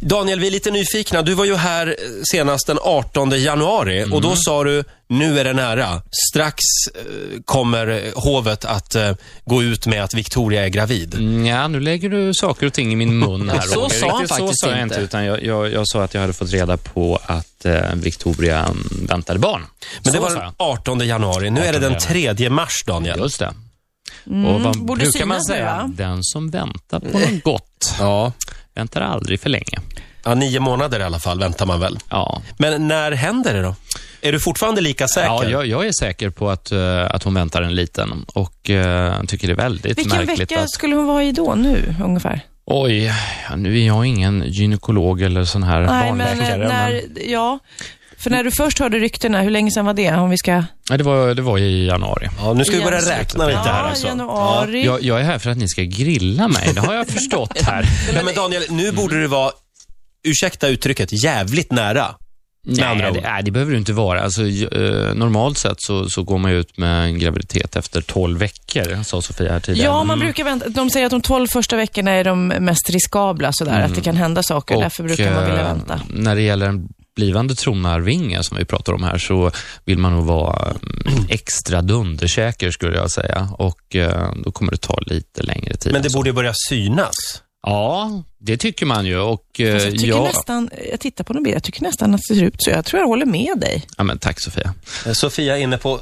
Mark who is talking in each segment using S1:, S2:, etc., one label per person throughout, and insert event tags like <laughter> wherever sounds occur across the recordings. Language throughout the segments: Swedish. S1: Daniel, vi är lite nyfikna. Du var ju här eh, senast den 18 januari och
S2: Mm.
S1: då sa du, nu är det nära. Strax eh, kommer eh, hovet att eh, gå ut med att Victoria är gravid.
S2: Ja, nu lägger du saker och ting i min mun
S3: <laughs>
S2: här.
S3: Så
S2: Roger.
S3: sa han
S2: Riktigt
S3: faktiskt
S2: så sa jag
S3: inte.
S2: inte. Utan jag, jag, jag sa att jag hade fått reda på att eh, Victoria mm, väntade barn.
S1: Men det
S2: så
S1: var
S2: sa
S1: den
S2: jag.
S1: 18 januari. Nu är det den 3 mars, Daniel.
S2: Just det. och vad
S3: Mm, borde
S2: brukar man
S3: synas nu,
S2: säga?
S3: va?
S2: Den som väntar på något gott
S1: Ja.
S2: väntar aldrig för länge.
S1: ja, nio månader i alla fall väntar man väl.
S2: Ja,
S1: Men när händer det då? Är du fortfarande lika säker?
S2: ja jag, jag är säker på att, eh, att hon väntar en liten och eh, tycker det är väldigt
S3: Vilken
S2: märkligt
S3: vecka
S2: att...
S3: skulle hon vara i då, nu ungefär?
S2: Oj, nu är jag ingen gynekolog eller sån här
S3: Nej, men eh,
S2: barnläkare. men-
S3: när, ja. För när du först hörde ryktena, hur länge sedan var det? Om vi ska...
S2: Nej, det, var, det var i januari.
S1: Ja, nu ska vi
S3: Igen.
S1: börja räkna lite här
S3: Ja,
S1: alltså.
S3: januari.
S2: Jag, jag är här för att ni ska grilla mig, det
S3: <laughs>
S2: har jag förstått här.
S1: Nej, men Daniel, nu
S2: Mm.
S1: borde du vara, ursäkta uttrycket, jävligt nära. andra
S2: Nej,
S1: ord.
S2: det, nej, det behöver du inte vara. Alltså, j- eh, normalt sett så, så går man ju ut med en graviditet efter 12 veckor, sa Sofia här tidigare.
S3: Ja, man brukar vänta. De säger att de 12 första veckorna är de mest riskabla, sådär, att det kan hända saker. Därför brukar man vilja
S2: Mm. eh,
S3: vänta.
S2: När det gäller en blivande tronarvinge, som vi pratar om här, så vill man nog vara mm, <clears throat> extra dundersäker, skulle jag säga. Och eh, då kommer det ta lite längre tid.
S1: Men det
S2: än så.
S1: borde ju börja synas.
S2: Ja, det tycker man ju. Och, eh,
S3: Fast Alltså, jag tycker
S2: jag...
S3: nästan, jag tittar på den bild, jag tycker nästan att det ser ut så. Jag tror jag håller med dig.
S2: Ja, men tack, Sofia.
S1: Eh, Sofia är inne på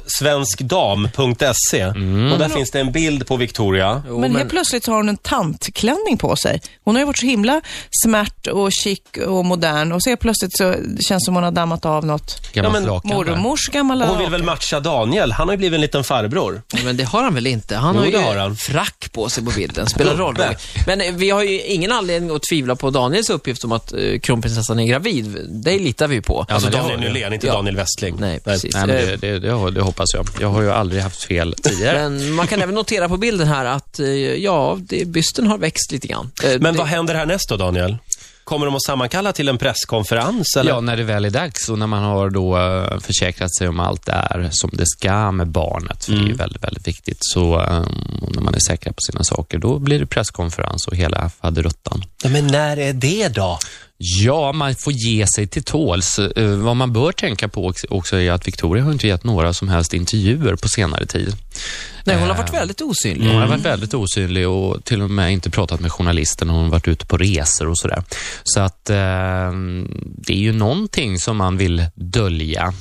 S1: svenskdam.se och där finns det en bild på Victoria.
S3: men, helt plötsligt har hon en tantklänning på sig. Hon har ju varit så himla smärt och chic och modern och så helt plötsligt så känns det som hon har dammat av något.
S2: Gammalt
S1: Ja, men
S2: lakan där.
S3: Mormors gamla...
S1: Och hon vill väl matcha Daniel? Han har ju blivit en liten farbror.
S4: Nej, Men det har han väl inte? Han
S1: Jo,
S4: har ju
S1: det har han.
S4: frack på sig på bilden. Spelar roll.
S1: Gubbe.
S4: Men eh, vi har ju ingen anledning att tvivla på Daniels uppgift om att eh, kronprinsessan är gravid. Det litar vi på.
S1: Alltså
S2: men det
S1: Daniel
S2: har vi.
S1: Nylén, inte
S4: Ja.
S1: Daniel Westling.
S4: Nej, precis.
S2: Nej, men
S4: Eh,
S2: det, det, det, har- det hoppas jag. Jag har ju aldrig haft fel tidigare.
S4: Men man kan även notera på bilden här att eh, ja, det, bysten har växt lite grann. Eh,
S1: Men
S4: det,
S1: vad händer härnäst då, Daniel? Kommer de att sammankalla till en presskonferens? Eller?
S2: <laughs> Ja, när det väl är dags och när man har då eh, försäkrat sig om allt är som det ska med barnet, för det är ju väldigt, väldigt viktigt. Så eh, och när man är säker på sina saker, då blir det presskonferens och hela faderuttan.
S1: Ja, men när är det då?
S2: Ja, man får ge sig till tåls. Eh, Vad man bör tänka på också- också är att Victoria har inte gett några som helst intervjuer på senare tid.
S4: nej, hon har varit väldigt
S1: Mm.
S4: osynlig.
S2: Hon har varit väldigt osynlig och till och med inte pratat med journalister när hon varit ute på resor och sådär. Så att eh, det är ju någonting som man vill dölja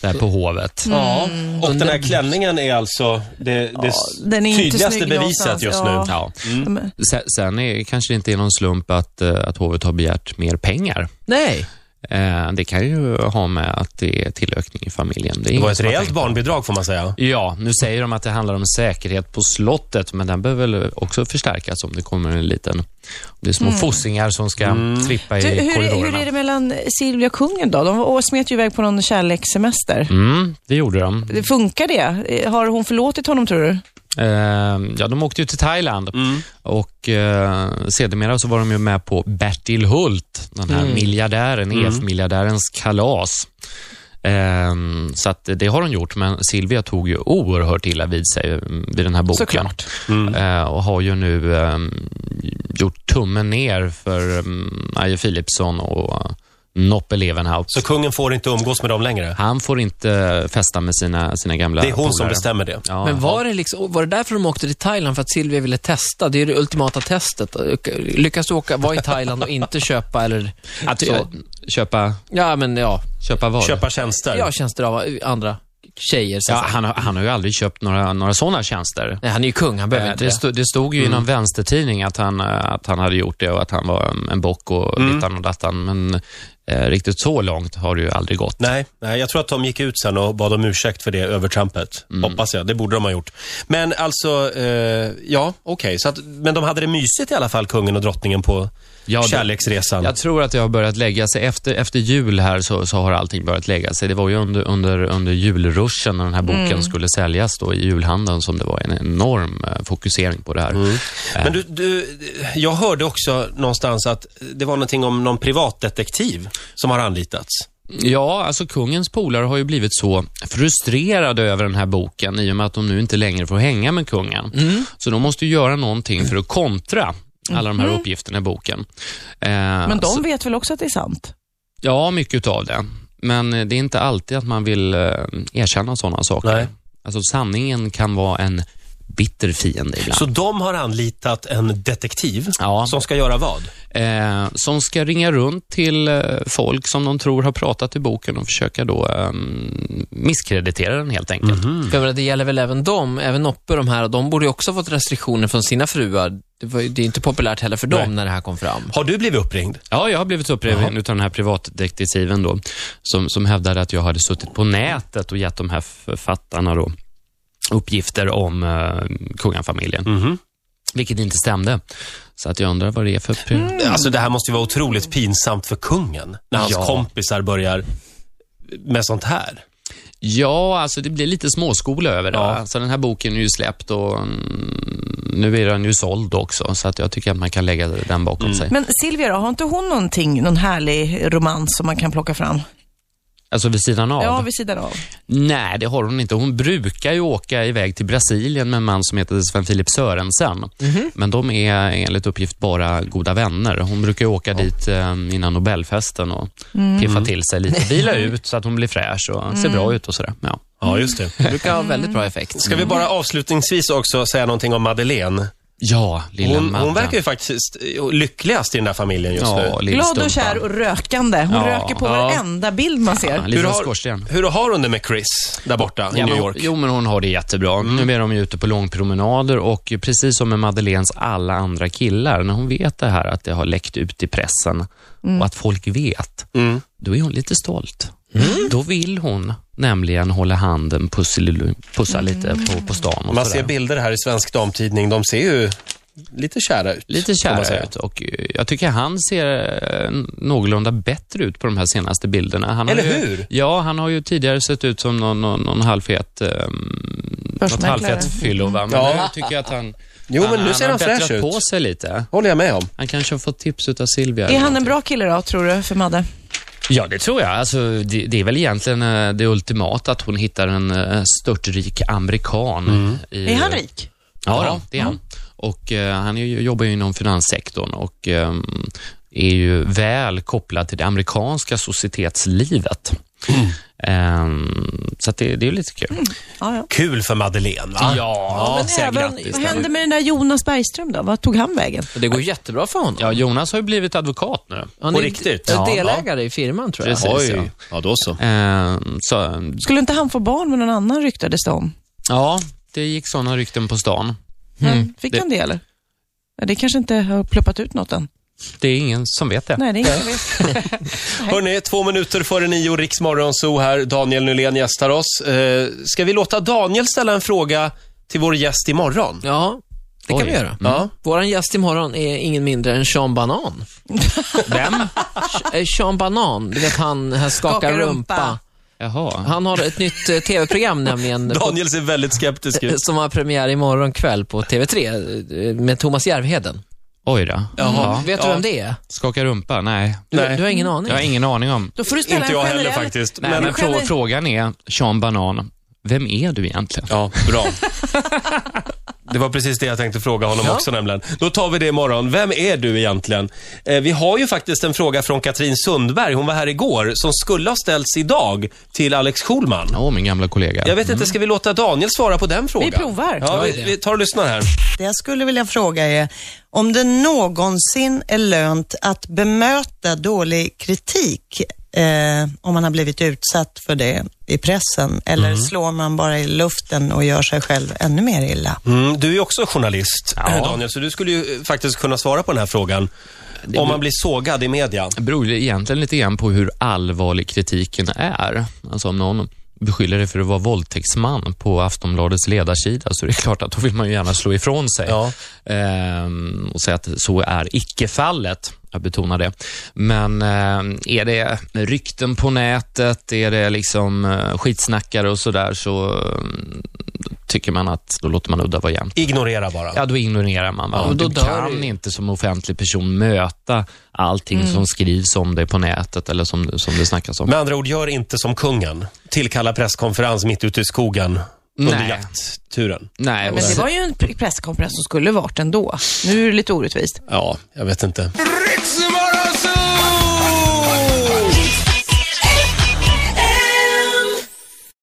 S2: där på hovet.
S1: Ja, och den här klänningen är alltså det, det s-
S3: den är inte
S1: tydligaste
S3: snygg
S1: beviset
S3: någonstans,
S1: just
S3: ja.
S1: nu.
S2: Ja.
S3: Men-
S2: Se- Sen är, kanske det inte är någon slump att, eh, att hovet har begärt mer pengar.
S4: Nej.
S2: Eh, det kan ju ha med att det är tillökning i familjen.
S1: Det var ett rejält barnbidrag får man säga.
S2: Ja, nu säger de att det handlar om säkerhet på slottet, men den behöver väl också förstärkas om det kommer en liten... Om det är små fossingar som ska
S1: Mm.
S2: trippa i
S3: Mm. Du, hur, är-
S2: korridorerna.
S3: hur är det mellan Silvia och kungen då? De var- och smet ju iväg på någon kärlekssemester.
S2: Mm, det gjorde de.
S3: Det Funkar det? Eh, Har hon förlåtit honom tror du?
S2: Eh, ja, de åkte ju till Thailand
S1: Mm.
S2: och eh, sedermera så var de ju med på Bertil Hult, den här
S1: Mm.
S2: miljardären, EF-miljardärens kalas. Eh, så att det har hon gjort, men Silvia tog ju oerhört illa vid sig eh, vid den här boken.
S3: Såklart.
S1: Mm.
S2: Eh, och har ju nu eh, gjort tummen ner för eh, Aje Philipsson och eh, Noppe Levenhaupts.
S1: Så kungen får inte umgås med dem längre.
S2: Han får inte festa med sina, sina gamla
S1: Det är hon som
S2: polare.
S1: bestämmer det.
S2: Ja,
S4: Men var det, liksom, var det därför de åkte till Thailand? För att Silvia ville testa? Det är det ultimata testet. Eh, Lyckas du åka, vara i Thailand och inte köpa eller...
S2: Att
S4: Så.
S2: eh, köpa,
S4: Ja, men ja.
S2: köpa vad?
S1: Köpa tjänster.
S4: Jag tjänster av andra tjejer. Så att
S2: Ja,
S4: säga.
S2: han, har- han har ju aldrig köpt några, några sådana tjänster.
S4: Nej, han är ju kung, han
S1: Äh,
S4: behöver
S2: Eh,
S4: inte
S2: Det,
S4: det.
S2: stod, det stod ju i någon vänstertidning att han, eh, att han hade gjort det och att han var en- en bock och dittan och dattan. Men eh, riktigt så långt har det ju aldrig gått.
S1: Nej, nej, jag tror att de gick ut sen och bad om ursäkt för det övertrampet.
S2: Mm.
S1: Hoppas jag. Det borde de ha gjort. Men alltså, eh, ja, okej. Så att- Men de hade det mysigt i alla fall, kungen och drottningen, på
S2: Ja, det-
S1: kärleksresan.
S2: Jag tror att det har börjat lägga sig. Efter, efter jul här så, så har allting börjat lägga sig. Det var ju under, under, under julruschen när den här boken skulle säljas då i julhandeln som det var en enorm eh, fokusering på det här. Eh,
S1: Men du, du, jag hörde också någonstans att det var någonting om någon privatdetektiv som har anlitats.
S2: Ja, alltså kungens polare har ju blivit så frustrerade över den här boken i och med att de nu inte längre får hänga med kungen. Så de måste ju göra någonting för att kontra alla de här uppgifterna i boken. Eh,
S3: Men de
S2: så-
S3: vet väl också att det är sant?
S2: Ja, mycket av det. Men eh, det är inte alltid att man vill eh, erkänna sådana saker.
S1: Nej.
S2: Alltså sanningen kan vara en bitter fiende ibland.
S1: Så de har anlitat en detektiv
S2: Ja.
S1: som ska göra vad?
S2: eh, som ska ringa runt till eh, folk som de tror har pratat i boken och försöka då eh, misskreditera den helt enkelt.
S1: Mm.
S4: För jag menar, det gäller väl även dem, även Noppe de här, de borde ju också ha fått restriktioner från sina fruar. Det, var, ju- det är inte populärt heller för dem
S1: Nej.
S4: när det här kom fram.
S1: Har du blivit uppringd?
S2: Ja, jag har blivit uppriven utav den här privatdetektiven då, som, som hävdade att jag hade suttit på nätet och gett de här författarna då uppgifter om eh, kungafamiljen. Vilket inte stämde. Så att jag undrar vad det är för... pri-
S1: Alltså det här måste ju vara otroligt pinsamt för kungen när hans
S2: Mm. Ja.
S1: kompisar börjar med sånt här.
S2: Ja, alltså det blir lite småskola över det.
S1: Ja.
S2: Alltså den här boken är ju släppt och mm, nu är den ju såld också, så att jag tycker att man kan lägga den bakom sig.
S3: Men Silvia då, har inte hon någonting, någon härlig romans som man kan plocka fram?
S2: Alltså vid sidan av.
S3: Ja, vid sidan av.
S2: Nej, det har hon inte. Hon brukar ju åka iväg till Brasilien med en man som heter Sven Filip Sörensen. Men de är enligt uppgift bara goda vänner. Hon brukar ju åka dit eh, innan Nobelfesten och piffa till sig lite. Vila ut så att hon blir fräsch och ser bra ut och sådär. Ja.
S1: Ja, just det.
S4: Det brukar ha väldigt bra effekt.
S1: Ska vi bara avslutningsvis också säga någonting om Madeleine?
S2: ja, lilla
S1: Hon, hon
S2: Madden.
S1: verkar ju faktiskt eh, lyckligast i den där familjen just nu.
S2: ja, lilla
S3: Glad
S2: stumpan.
S3: och kär och rökande. Hon
S2: Ja,
S3: röker på
S1: ja.
S3: varenda bild man ser.
S2: Ja, lite
S1: Hur
S2: skorsten.
S1: har, hur har hon det med Chris där borta i New
S2: Ja, men-
S1: York? Mm.
S2: Jo, men hon har det jättebra. Nu är de ju ute på långpromenader och precis som med Madeleines alla andra killar, när hon vet det här att det har läckt ut i pressen och att folk vet,
S1: Mm.
S2: då är hon lite stolt. Då vill hon nämligen hålla handen, pussel- pussa lite på, på stan och
S1: Mm. Man
S2: sådär.
S1: ser bilder här i Svensk Damtidning. De ser ju lite kära ut.
S2: Lite
S1: får man
S2: kära
S1: säga.
S2: ut och eh, jag tycker han ser eh, någorlunda bättre ut på de här senaste bilderna. Han har
S1: Eller
S2: ju,
S1: hur?
S2: Ja, han har ju tidigare sett ut som någon, någon, någon halvfet eh, Något
S3: Börsmäklare.
S2: halvfett fyllo, va? Men
S1: Ja.
S2: nu tycker jag att han...
S1: Jo, men nu ser han
S2: har bättrat
S1: fräsch ut.
S2: på sig lite.
S1: Håller jag med om.
S2: Han kanske har fått tips utav Silvia.
S3: Är han en bra kille då, tror du, för Madde?
S2: Ja, det tror jag. Alltså, det, det är väl egentligen eh, det ultimata, att hon hittar en eh, störtrik amerikan.
S1: Mm.
S2: I,
S3: Är han rik?
S2: Ja, då, det är han. Och eh, han är, ju- jobbar ju inom finanssektorn och ehm, är ju väl kopplad till det amerikanska societetslivet.
S1: Mm.
S2: Ehm, så att det, det är ju lite kul.
S3: Mm. Ja, ja.
S1: Kul för Madeleine, va?
S2: Ja,
S1: ja säg grattis.
S3: Vad hände med den där Jonas Bergström då? Vad tog han vägen?
S4: Det går jättebra för honom.
S2: Ja, Jonas har ju blivit advokat nu.
S4: Han
S1: På
S4: är
S1: riktigt?
S4: d-
S1: Ja,
S4: delägare i firman tror jag.
S2: Precis.
S1: Oj. Ja, då så.
S2: Ehm, så,
S3: Skulle inte han få barn med någon annan ryktades det om?
S2: ja, det gick sådana rykten på stan.
S1: Mm.
S3: Men fick
S2: Det-
S3: han det eller? Ja, Det kanske inte har ploppat ut något än.
S2: Det är ingen som vet det.
S3: Nej, det är ingen som vet.
S1: Hörni, två minuter före nio, Riksmorgon Zoo här. Daniel Nylén gästar oss. Eh, ska vi låta Daniel ställa en fråga till vår gäst imorgon?
S4: Ja, det kan
S2: Oj.
S4: vi göra.
S1: Ja.
S4: Vår gäst imorgon är ingen mindre än Sean Banan.
S2: Vem?
S4: Sh- eh, Sean Banan, du vet han, han skakar
S3: Skakar rumpa.
S4: rumpa.
S2: Jaha.
S4: Han har ett nytt eh, tv-program nämligen. på-
S1: Daniel ser väldigt skeptisk ut.
S4: som har premiär imorgon kväll på TV3 eh, med Thomas Järvheden.
S2: Oj då.
S1: Jaha.
S4: Vet du
S1: Ja.
S4: vem det är?
S2: Skaka rumpa? Nej.
S4: Du,
S1: Nej.
S4: du har ingen aning?
S2: Jag har ingen aning om.
S3: Då får du ställa
S1: Inte jag
S3: en
S1: heller
S3: generell...
S1: faktiskt.
S2: Nej, men
S1: men...
S2: frå- frågan är, Sean Banan, vem är du egentligen?
S1: Ja, bra. Det var precis det jag tänkte fråga honom också nämligen. Då tar vi det imorgon. Vem är du egentligen? Eh, vi har ju faktiskt en fråga från Katrin Sundberg, hon var här igår, som skulle ha ställts idag till Alex Schulman.
S2: Åh, min gamla kollega.
S1: Jag vet inte, ska vi låta Daniel svara på den frågan?
S3: Vi provar.
S1: Ja, vi, vi tar och lyssnar här.
S5: Det jag skulle vilja fråga är om det någonsin är lönt att bemöta dålig kritik eh, om man har blivit utsatt för det i pressen eller
S1: Mm.
S5: slår man bara i luften och gör sig själv ännu mer illa?
S1: Mm, du är ju också journalist,
S2: Ja.
S1: Daniel, så du skulle ju eh, faktiskt kunna svara på den här frågan. Om man blir sågad i media.
S2: Det beror ju egentligen lite grann på hur allvarlig kritiken är. Alltså om någon beskyller dig för att vara våldtäktsman på Aftonbladets ledarsida så är det klart att då vill man ju gärna slå ifrån sig
S1: Ja.
S2: ehm, och säga att så är icke fallet. Jag betonar det. Men ehm, är det rykten på nätet, är det liksom eh, skitsnackare och sådär så ehm, tycker man att då låter man udda vara jämnt.
S1: Ignorera bara.
S2: Ja, då ignorerar man. Va?
S4: Ja, då
S2: du
S4: dör
S2: kan
S4: det ju. Mm.
S2: inte som offentlig person möta allting som skrivs om dig på nätet eller som, som det snackas om.
S1: Med andra ord, gör inte som kungen. Tillkalla presskonferens mitt ute i skogen under
S2: Nej.
S1: jaktturen.
S2: Nej,
S3: Men det var ju en presskonferens som skulle varit ändå. Nu är det lite orättvist.
S1: Ja, jag vet inte.